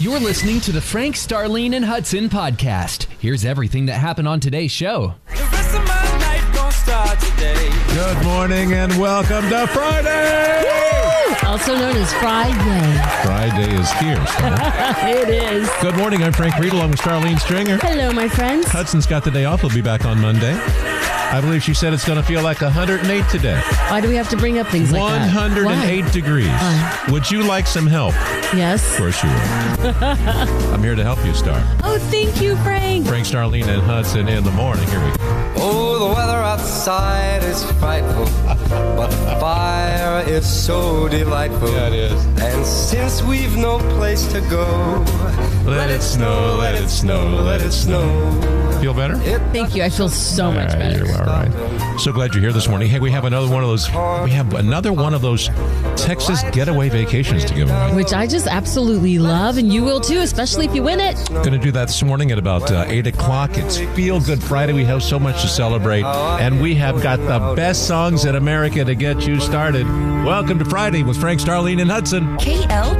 You're listening to the Frank, Starlene, and Hudson podcast. Here's everything that happened on today's show. The rest of my night gon' start today. Good morning and welcome to Friday. also known as Friday. Friday is here. so- It is. Good morning. I'm Frank Reed along with Starlene Stringer. Hello, my friends. Hudson's got the day off. He'll be back on Monday. I believe she said it's going to feel like 108 today. Why do we have to bring up things like that? 108 degrees. Why? Would you like some help? Why? Yes. Of course you would. I'm here to help you, Star. Oh, thank you, Frank. Frank, Starlene, and Hudson in the morning. Here we go. Oh, the weather outside is frightful, but the fire is so delightful. is. And since we've no place to go, Let it snow, let it snow, let it snow. Feel better? It Thank you. I feel so much All right, better. you're all right. So glad you're here this morning. Hey, we have another one of those. We have another one of those Texas getaway vacations to give away. Which I just absolutely love, and you will too, especially if you win it. Going to do that this morning at about uh, eight o'clock. It's Feel Good Friday. We have so much to celebrate, and we have got the best songs in America to get you started. Welcome to Friday with Frank, Starlene, and Hudson.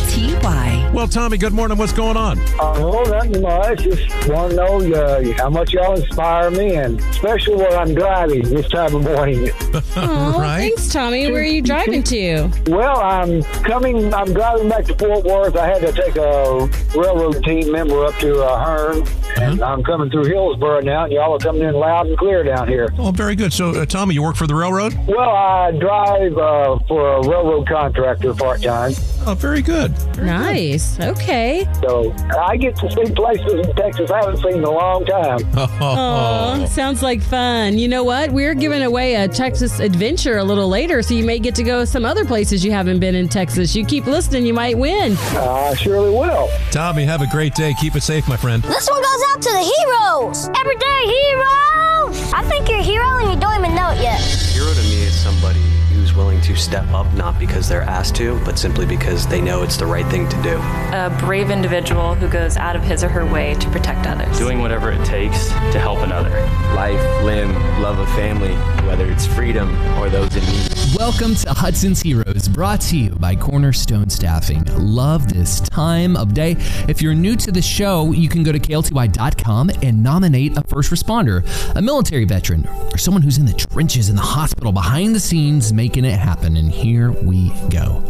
KLTY. Well, Tommy, good morning. What's going on? Oh, nothing much. Just want to know uh, how much y'all inspire me, and especially when I'm driving this time of morning. Oh, Right. thanks, Tommy. Where are you driving to? Well, I'm coming. I'm driving back to Fort Worth. I had to take a railroad team member up to uh, Hearn, Uh-huh. and I'm coming through Hillsborough now. And y'all are coming in loud and clear down here. Oh, very good. So, uh, Tommy, you work for the railroad? Well, I drive uh, for a railroad contractor part time, Oh, very good. Nice. Okay. so I get to see places in Texas I haven't seen in a long time. Oh, sounds like fun. You know what? We're giving away a Texas adventure a little later, so you may get to go some other places you haven't been in Texas. You keep listening, you might win. Uh-huh. I surely will. Tommy, have a great day. Keep it safe, my friend. This one goes out to the heroes. Everyday hero. I think you're a hero and you don't even know it yet. Hero to me is somebody who's willing to step up, not because they're asked to, but simply because they know it's the right thing to do. a brave individual who goes out of his or her way to protect others. doing whatever it takes to help another. life, limb, love of family, whether it's freedom or those in need. Welcome to Hudson's Heroes, brought to you by Cornerstone Staffing. Love this time of day. If you're new to the show, you can go to klty.com and nominate a first responder, a military veteran, or someone who's in the trenches in the hospital behind the scenes making it happen. And here we go.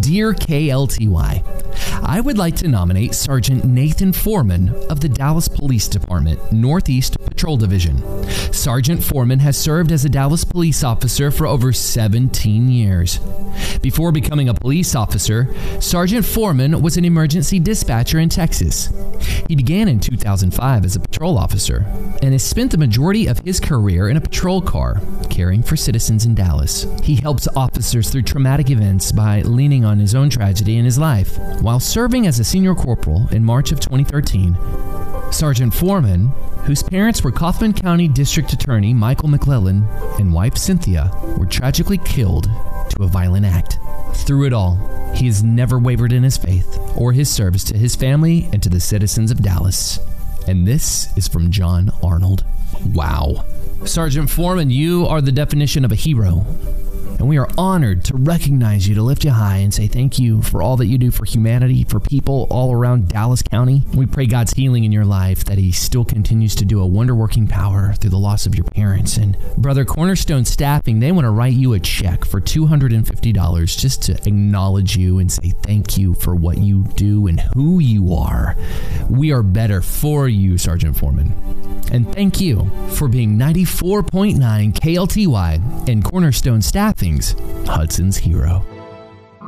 Dear KLTY, I would like to nominate Sergeant Nathan Foreman of the Dallas Police Department, Northeast Patrol Division. Sergeant Foreman has served as a Dallas police officer for over 17 years. Before becoming a police officer, Sergeant Foreman was an emergency dispatcher in Texas. He began in 2005 as a patrol officer and has spent the majority of his career in a patrol car, caring for citizens in Dallas. He helps officers through traumatic events by leaning on his own tragedy in his life. While serving as a senior corporal in March of 2013, Sergeant Foreman, whose parents were Kaufman County District Attorney Michael McClellan and wife Cynthia, were tragically killed to a violent act. Through it all, he has never wavered in his faith or his service to his family and to the citizens of Dallas. And this is from John Arnold. Wow. Sergeant Foreman, you are the definition of a hero. And we are honored to recognize you, to lift you high, and say thank you for all that you do for humanity, for people all around Dallas County. We pray God's healing in your life, that He still continues to do a wonder working power through the loss of your parents. And Brother Cornerstone Staffing, they want to write you a check for $250 just to acknowledge you and say thank you for what you do and who you are. We are better for you, Sergeant Foreman. And thank you for being 94.9 KLTY and Cornerstone Staffing's Hudson's Hero.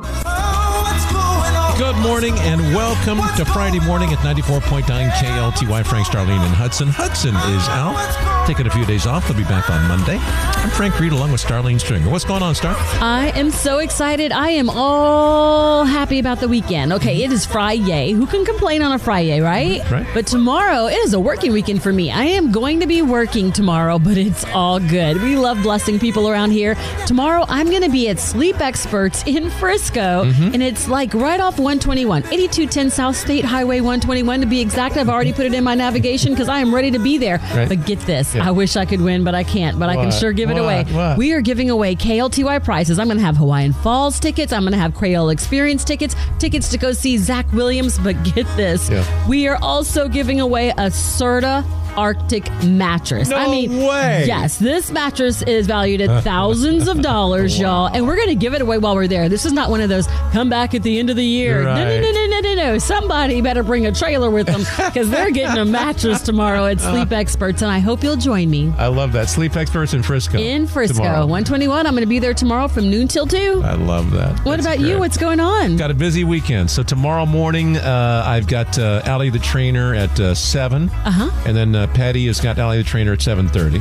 Oh, what's going on? Good morning and welcome to Friday morning at 94.9 KLTY. Frank, Starlene, and Hudson. Hudson is out, taking a few days off. He'll be back on Monday. I'm Frank Reed along with Starlene Stringer. What's going on, Star? I am so excited. I am all happy about the weekend. Okay, it is Friday. Who can complain on a Friday, right? Right. But tomorrow, it is a working weekend for me. I am going to be working tomorrow, but it's all good. We love blessing people around here. Mm-hmm. Tomorrow, I'm going to be at Sleep Experts in Frisco, and it's like right off 125 121, 8210 South State Highway 121 to be exact. I've already put it in my navigation because I am ready to be there. Right. But get this, Yeah. I wish I could win, but I can't. But I can What? sure give it What? away. What? We are giving away KLTY prizes. I'm going to have Hawaiian Falls tickets. I'm going to have Crayola Experience tickets. Tickets to go see Zach Williams. But get this, Yeah. we are also giving away a Serta. Arctic mattress. No I mean, way. yes, this mattress is valued at thousands of dollars, y'all, and we're going to give it away while we're there. This is not one of those come back at the end of the year. No, no, Right. no, no, no, no, no. Somebody better bring a trailer with them because they're getting a mattress tomorrow at Uh-huh. Sleep Experts, and I hope you'll join me I love that. Sleep experts in Frisco. in Frisco. tomorrow. 121. I'm going to be there tomorrow from noon till 2. I love that. what That's about great. you? What's going on? Got a busy weekend. So tomorrow morning, uh, I've got uh, Allie the trainer at uh, seven, Uh-huh. and then uh, Patty has got Allie the trainer at seven thirty,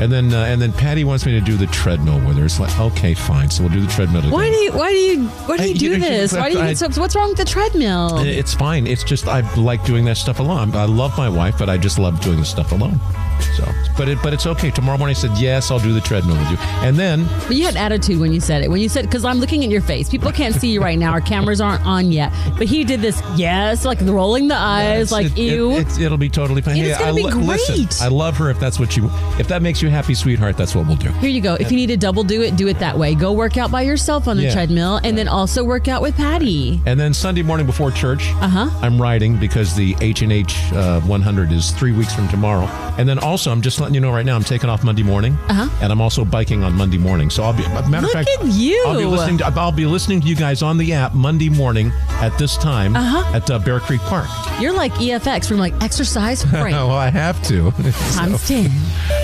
and then uh, and then Patty wants me to do the treadmill with her. It's like okay, fine. So we'll do the treadmill. Why again. do you why do you why do I- you you do know, you- this? Why do you I- get so what's wrong with the treadmill? It- It's fine. It's just I like doing that stuff alone. I love my wife, but I just love doing this stuff alone. So, but it, but it's okay. Tomorrow morning, I said yes, I'll do the treadmill with you, and then But you had attitude when you said it. When you said, because I'm looking at your face. People can't see you right now. Our cameras aren't on yet. But he did this, yes, like rolling the eyes, like it, ew. It, will be totally fine. It is gonna I be Listen, great. I love her. If that's what you, if that makes you happy, sweetheart, that's what we'll do. Here you go. If you need to double do it, do it that way. Go work out by yourself on the Yeah. treadmill and then also work out with Patty. And then Sunday morning before church, Uh-huh. I'm riding because the H and H 100 is three weeks from tomorrow. And then also, I'm just letting you know right now, I'm taking off Monday morning, Uh-huh. and I'm also biking on Monday morning. So I'll be matter Look of fact, at you. I'll be listening. To, I'll be listening to you guys on the app Monday morning at this time Uh-huh. at uh, Bear Creek Park. You're like EFX from like exercise Oh, break I have to. times 10.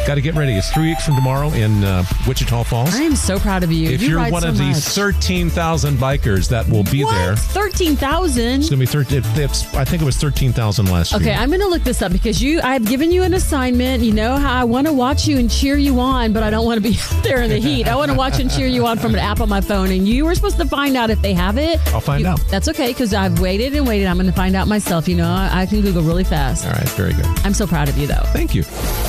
Got to get ready. It's three weeks from tomorrow in uh, Wichita Falls. I am so proud of you. If you you are ride one so of the much. 13,000 bikers that will be What? there, it's 13,000? going to be 13. It's, I think it was 13,000 last Okay, year. I'm going to look this up because you I've given you an assignment. You know how I want to watch you and cheer you on, but I don't want to be out there in the heat. I want to watch and cheer you on from an app on my phone and you were supposed to find out if they have it. I'll find You- out. That's okay cuz I've waited and waited. I'm going to find out myself, you know. I, I can Google really fast. All right, very good. I'm so proud of you though. Thank you.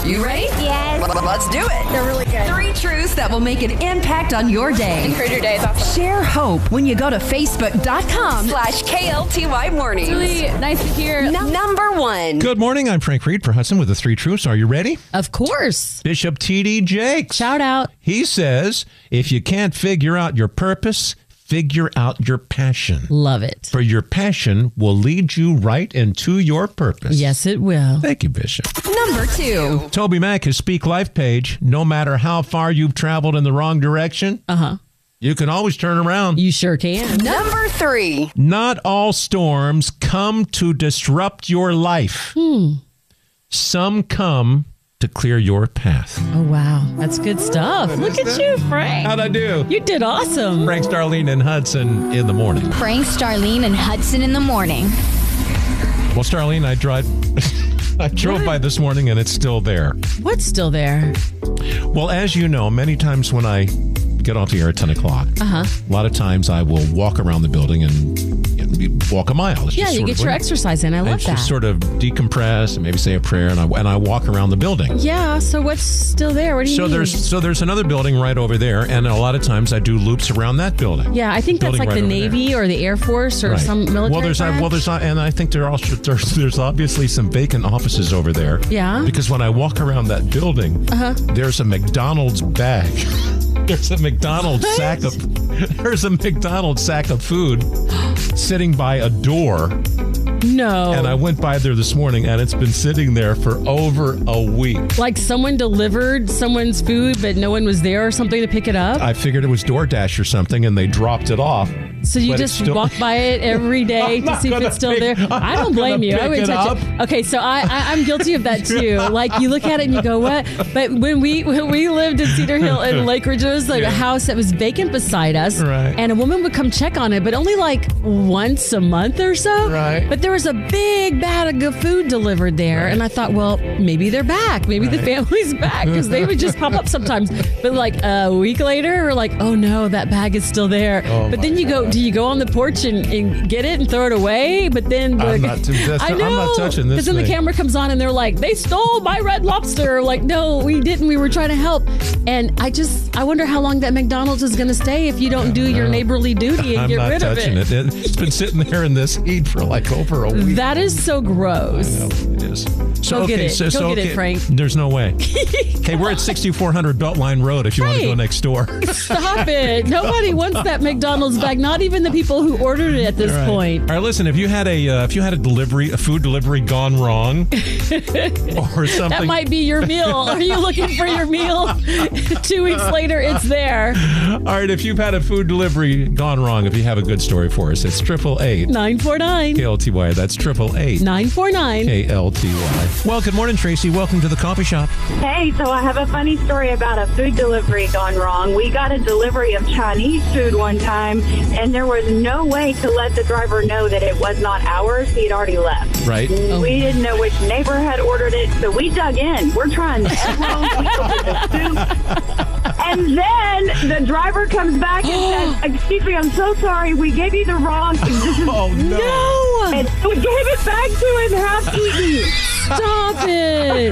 You ready? Yes. L- Let's do it. They're really good. Three truths that will make an impact on your day. Encourage your day. It's awesome. Share hope when you go to facebook.com slash KLTY mornings. Really nice to hear. No- Number one. Good morning. I'm Frank Reed for Hudson with the three truths. Are you ready? Of course. Bishop T.D. Jakes. Shout out. He says, if you can't figure out your purpose, figure out your passion. Love it. For your passion will lead you right into your purpose. Yes, it will. Thank you, Bishop. Number two. Toby Mack, his Speak Life page, no matter how far you've traveled in the wrong direction, Uh-huh. you can always turn around. You sure can. Number three. Not all storms come to disrupt your life. Hmm. Some come to clear your path. Oh wow. That's good stuff. Look at you, Frank. How'd I do? You did awesome. Frank Starlene and Hudson in the morning. Frank, Starlene, and Hudson in the morning. Well, Starlene, I drive. I drove by this morning and it's still there. What's still there? Well, as you know, many times when I get off the air at 10 o'clock, uh-huh. a lot of times I will walk around the building and you know, walk a mile. It's Yeah, just you sort get of your what- exercise in. I and love that. just sort of decompress and maybe say a prayer and I, and I walk around the building. Yeah. So what's still there? What do you So mean? there's so there's another building right over there, and a lot of times I do loops around that building. yeah, I think that's building like right the over Navy or the Air Force or Right. some military. Well, there's uh, branch. well, there's not, and I think there are also there's, there's obviously some vacant offices over there. Yeah. Because when I walk around that building, uh-huh. there's a McDonald's bag. There's a McDonald's What? sack of there's a McDonald's sack of food sitting by a door, no. and I went by there this morning, and it's been sitting there for over a week. like someone delivered someone's food, but no one was there or something to pick it up. I figured it was DoorDash or something, and they dropped it off. so you but it's just still- walk by it every day I'm to not see if gonna it's still pick- there. I'm I not don't blame gonna you. I pick wouldn't it touch it. Okay, so I, I I'm guilty of that too. Like you look at it and you go, what? But when we when we lived in Cedar Hill in Lake Ridge, there was like a Yeah. house that was vacant beside us, Right. and a woman would come check on it, but only like once a month or so. Right. But there was a big bag of food delivered there, and I thought, well, maybe they're back. Maybe the family's back because they would just pop up sometimes. But like a week later, we're like, oh no, that bag is still there. Oh but then my you go, do you go on the porch and, and get it and throw it away? But then the, I'm not too- that's- I I'm know not touching this then the thing. camera comes on and they're like, they stole my red lobster. Like, no, we didn't. We were trying to help. And I just I wonder how long that McDonald's is going to stay if you don't do your know. neighborly duty and I'm get not rid touching of it. it. it. has been sitting there in this heat for like over a week. That is so gross. It is. Go get it. Go get it, Frank. There's no way. hey, we're at 6400 Beltline Road. If you want to go Frank. next door. Stop it. Nobody wants that McDonald's back. Not even the people who ordered it at this All right. point. All right, listen. If you had a uh, if you had a delivery a food delivery gone wrong or something, That might be your meal. Are you looking for your meal? Two weeks later, it's there. All right, if you've had a food delivery gone wrong, if you have a good story for us, it's triple eight 949 KLTY. That's triple eight 949. KLTY. Well, good morning, Tracy. Welcome to the coffee shop. Hey, so I have a funny story about a food delivery gone wrong. We got a delivery of Chinese food one time, and there was no way to let the driver know that it was not ours. He had already left. Right. We didn't know which neighbor had ordered it, so we dug in. We're trying everyone. we ordered the soup. And then the driver comes back and says, "Excuse me, I'm so sorry. We gave you the wrong." oh no! And we gave it back to him half eaten. Stop it!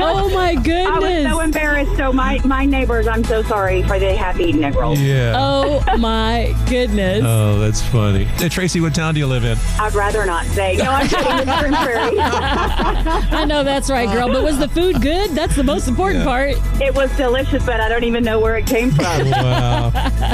Oh my goodness! I was so embarrassed. So my my neighbors, I'm so sorry for they have eaten egg rolls. Yeah. Oh my goodness! Oh, that's funny. Hey, Tracy, what town do you live in? I'd rather not say. No, I'm kidding. It's Grand Prairie. I know that's right, girl. But was the food good? That's the most important part. It was delicious, but I don't even know where it came from. Wow.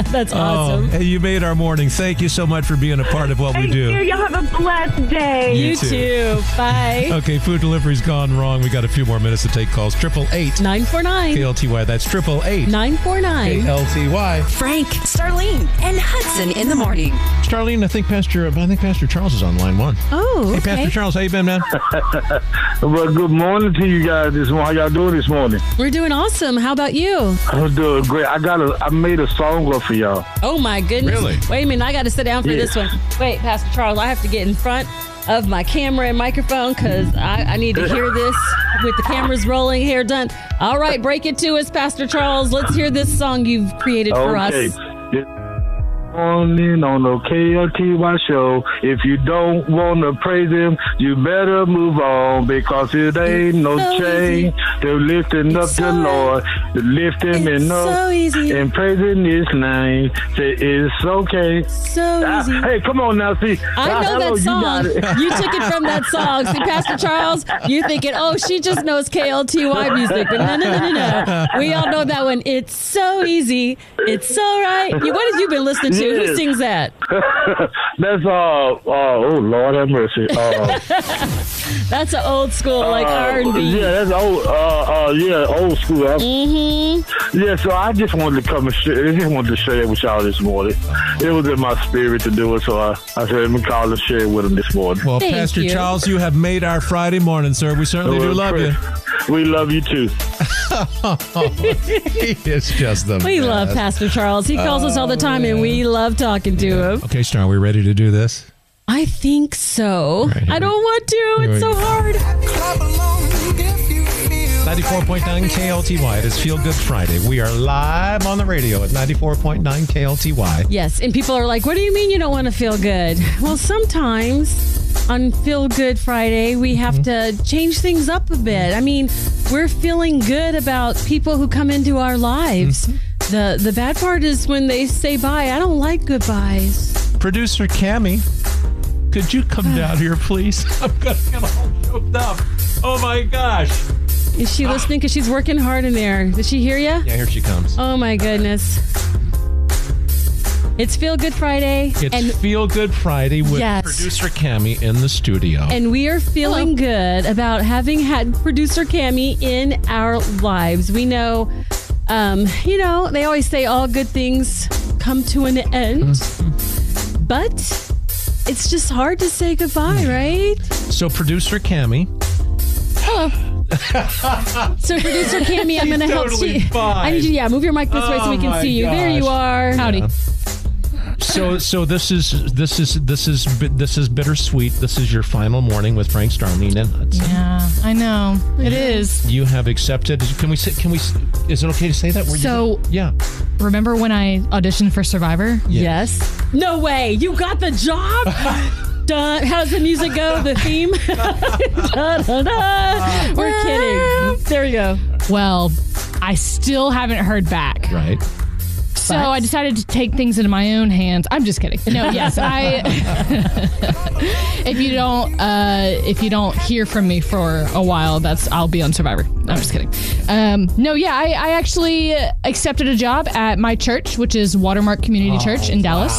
That's Oh, awesome. hey, you made our morning. Thank you so much for being a part of what we Thank do. you. Y'all have a blessed day. You You too. too. Bye. Okay, food delivery's gone wrong. We got a few more minutes to take calls. Triple eight 949 KLTY. That's triple eight uh, 949. KLTY. Frank, Starlene, and Hudson in the morning. Starlene, I think Pastor, I think Pastor Charles is on line one. Oh, Hey, Pastor Charles, how you been, man? well, good morning to you guys this morning. How y'all doing this morning? We're doing awesome. How about you? I'm doing Oh, great. I got a, I made a song up for y'all. Oh my goodness. Really? Wait a minute, I got to sit down for Yeah. this one. Wait, Pastor Charles, I have to get in front of my camera and microphone because I, I need to hear this with the cameras rolling, hair done. All right, break it to us, Pastor Charles. Let's hear this song you've created for okay. us. Morning on the KLTY show. If you don't want to praise him, you better move on because it ain't no so change to lifting up the Lord. Lift him and up so easy. and praising his name. Say it's okay. So easy. hey, come on now, see. I Ah, know hello, that you got song. it. You, took it from that song. See, Pastor Charles, you thinking, oh, she just knows KLTY music. But no, no, no, no, no. We all know that one. It's so easy. It's so right. You- What have you been listening to? Who Yes. sings that? That's uh, uh oh Lord have mercy. Uh, That's an old school, like uh, R&B. Yeah, that's old. Uh, uh, yeah, old school. Mm-hmm. Yeah, so I just wanted to come and share, I just wanted to share it with y'all this morning. It was in my spirit to do it, so I, I said let me call and share it with them this morning. Well, Pastor Charles, you have made our Friday morning, sir. We certainly do love you. We love you too. he is just the We love best. Pastor Charles. He calls us all the time, and Oh, we love talking to him. Okay, Star, are we ready to do this? I think so. Right, here I we- don't want to. here we It's so go. hard. 94.9 KLTY. It is Feel Good Friday. We are live on the radio at 94.9 KLTY. Yes, and people are like, "What do you mean you don't want to feel good?" Well, sometimes on Feel Good Friday, we have to change things up a bit. I mean, we're feeling good about people who come into our lives. The the bad part is when they say bye. I don't like goodbyes. Producer Cammy, could you come down here, please? I'm going to get all choked up. Oh my gosh. Is she listening? Because she's working hard in there. Did she hear you? Yeah, here she comes. Oh my goodness. It's Feel Good Friday, It's and Feel Good Friday with Yes. producer Cammy in the studio. And we are Oh. feeling good about having had producer Cami in our lives. We know, um, you know, they always say all good things come to an end, Mm-hmm. but it's just hard to say goodbye, Mm. right? so producer Cammy, Hello. so producer Cami, I'm She's going to help totally you. fine. I need you. Yeah, move your mic this way so Oh we can my see you. There you gosh. are. Howdy. So so this is this is this is bi- this is bittersweet. This is your final morning with Frank Starling and Hudson. Yeah, I know. It is. You have accepted. Can we say, can we s- is it okay to say that? Were you- So, yeah. Remember when I auditioned for Survivor? Yes. No way. You got the job? Dun, how's the music go? The theme? Dun, dun, dun. We're kidding. There you go. Well, I still haven't heard back. Right. So I decided to take things into my own hands. I'm just kidding. No, yes, I. if you don't, uh, if you don't hear from me for a while, that's I'll be on Survivor. I'm just kidding. Um, no, yeah, I, I actually accepted a job at my church, which is Watermark Community Church in Dallas.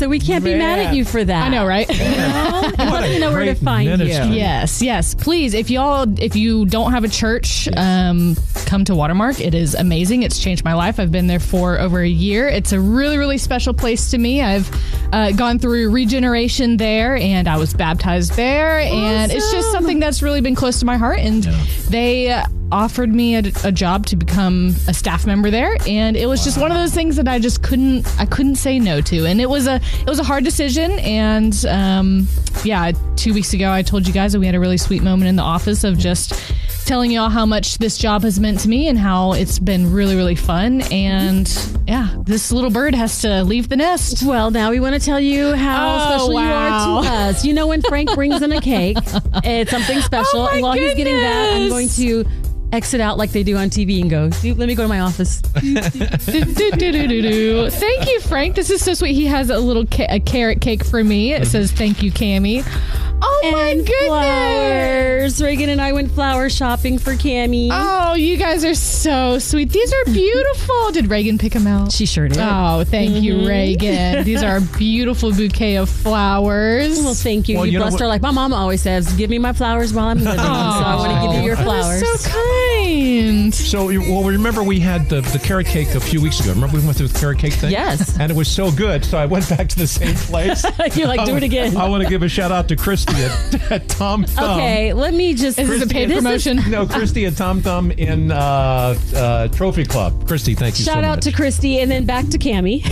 So we can't be mad at you for that. I know, right? You want to know where to find you. Yes, yes. Please, if y'all, if you don't have a church, um, come to Watermark. It is amazing. It's changed my life. I've been there for over a year. It's a really, really special place to me. I've uh, gone through regeneration there, and I was baptized there, and it's just something that's really been close to my heart. And they. Uh, offered me a, a job to become a staff member there and it was just one of those things that I just couldn't I couldn't say no to and it was a it was a hard decision and um, yeah two weeks ago I told you guys that we had a really sweet moment in the office of just telling y'all how much this job has meant to me and how it's been really really fun and yeah this little bird has to leave the nest well now we want to tell you how Oh, special you wow. are to us. You know when Frank brings in a cake, it's something special. Oh, my and while he's getting that, I'm going goodness. to exit out like they do on TV and go, "Dude, let me go to my office. Do-do-do-do-do. Thank you, Frank. This is so sweet. He has a little ca- a carrot cake for me. It says, "Thank you, Cammy." Oh my goodness! Flowers. Reagan and I went flower shopping for Cammy. Oh, you guys are so sweet. These are beautiful. Did Reagan pick them out? She sure did. Oh, thank Mhm. you, Reagan. These are a beautiful bouquet of flowers. Well, thank you. Well, you, you know blessed what- her like my mom always says. Give me my flowers while I'm living, so I want to give you your Aw. flowers. That is so kind. So you- well, remember we had the, the carrot cake a few weeks ago. Remember we went through the carrot cake thing? Yes. And it was so good. So I went back to the same place. You're like, Oh, do it again. I want to give a shout out to Christy at, at Tom oh. Thumb. Okay, let me just. Christy at- no, Christy and Tom Thumb in uh, uh, Trophy Club. Christy, thank you so Shout much. out to Christy and then back to Cammy.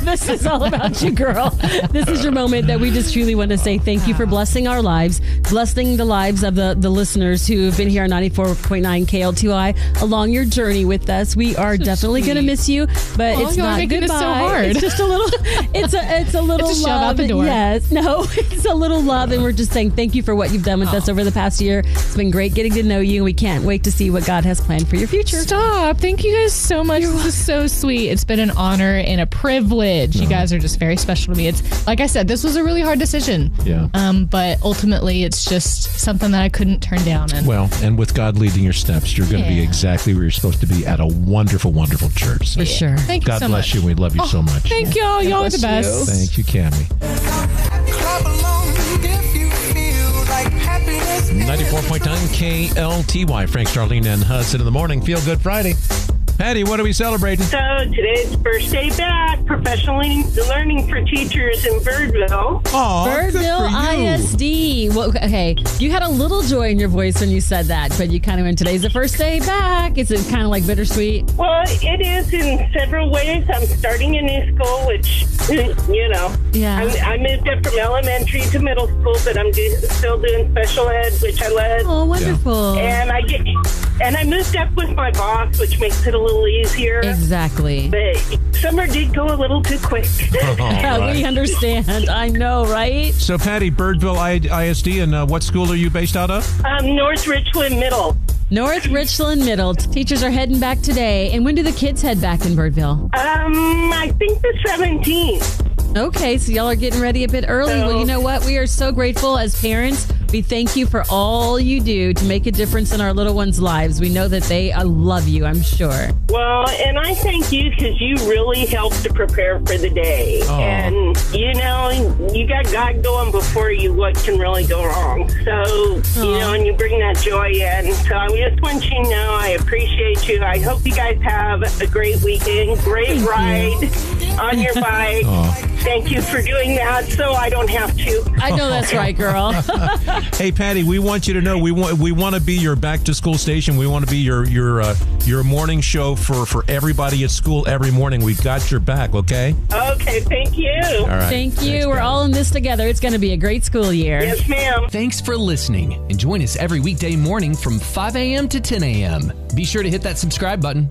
this is all about you, girl. This is your moment that we just truly want to say thank you for blessing our lives, blessing the lives of the, the listeners who have been here on 94.9 KLTI along your journey with us. We are definitely going to miss you, but Aw, it's y'all are not making goodbye. this so hard. It's just a little, it's a, it's a little It's a shove love. out the door. Yes. No, it's a little love. And we're just saying thank you for what you've done with Oh. us over the past year. It's been great getting to know you. And we can't wait to see what God has planned for your future. Stop. Thank you guys so much. this is so sweet. It's been an honor and a privilege. You guys are just very special to me. It's like I said, this was a really hard decision. Yeah. Um, but ultimately it's just something that I couldn't turn down and Well, and with God leading your steps, you're going to be Yeah. exactly where you're supposed to be at a wonderful, wonderful church. For sure. Thank you God so bless much. you. We love you so Oh, much. Thank y'all. Y'all are the best. Thank you, Cammy. 94.9 KLTY. Frank, Starlene, and Hudson in the morning. Feel Good Friday. Patty, what are we celebrating? So today's first day back, professional learning for teachers in Birdville. Birdville ISD. Well, okay, you had a little joy in your voice when you said that, but you kind of went, today's the first day back. Is it kind of like bittersweet? Well, it is in several ways. I'm starting a new school, which, you know, Yeah. I'm, I moved up from elementary to middle school, but I'm do, still doing special ed, which I led. Oh, wonderful. And I get, and I moved up with my boss, which makes it a little easier. Exactly. But summer did go a little too quick. Uh-huh. Yeah, We understand. I know, right? So, Patty, Birdville I- ISD, and uh, what school are you based out of? Um, North Richland Middle. North Richland Middle. Teachers are heading back today. And when do the kids head back in Birdville? Um, I think the 17th. Okay, so y'all are getting ready a bit early. well, you know what? We are so grateful as parents. We thank you for all you do to make a difference in our little ones' lives. We know that they uh, love you, I'm sure. Well, and I thank you because you really helped to prepare for the day. Oh. Aw. And, you know, you got God going before you what can really go wrong. So, you know, and you bring that joy in. So I just want you to know I appreciate you. I hope you guys have a great weekend, great ride on your bike. Aw. Thank you for doing that so I don't have to. I know that's right, girl. hey, Patty, we want you to know we want we want to be your back to school station. We want to be your your uh, your morning show for for everybody at school every morning. We've got your back. Okay. Okay, thank you. All right. Thank you. We're all in this together. It's going to be a great school year. Yes, ma'am. Thanks for listening and join us every weekday morning from 5 a.m. to 10 a.m. Be sure to hit that subscribe button.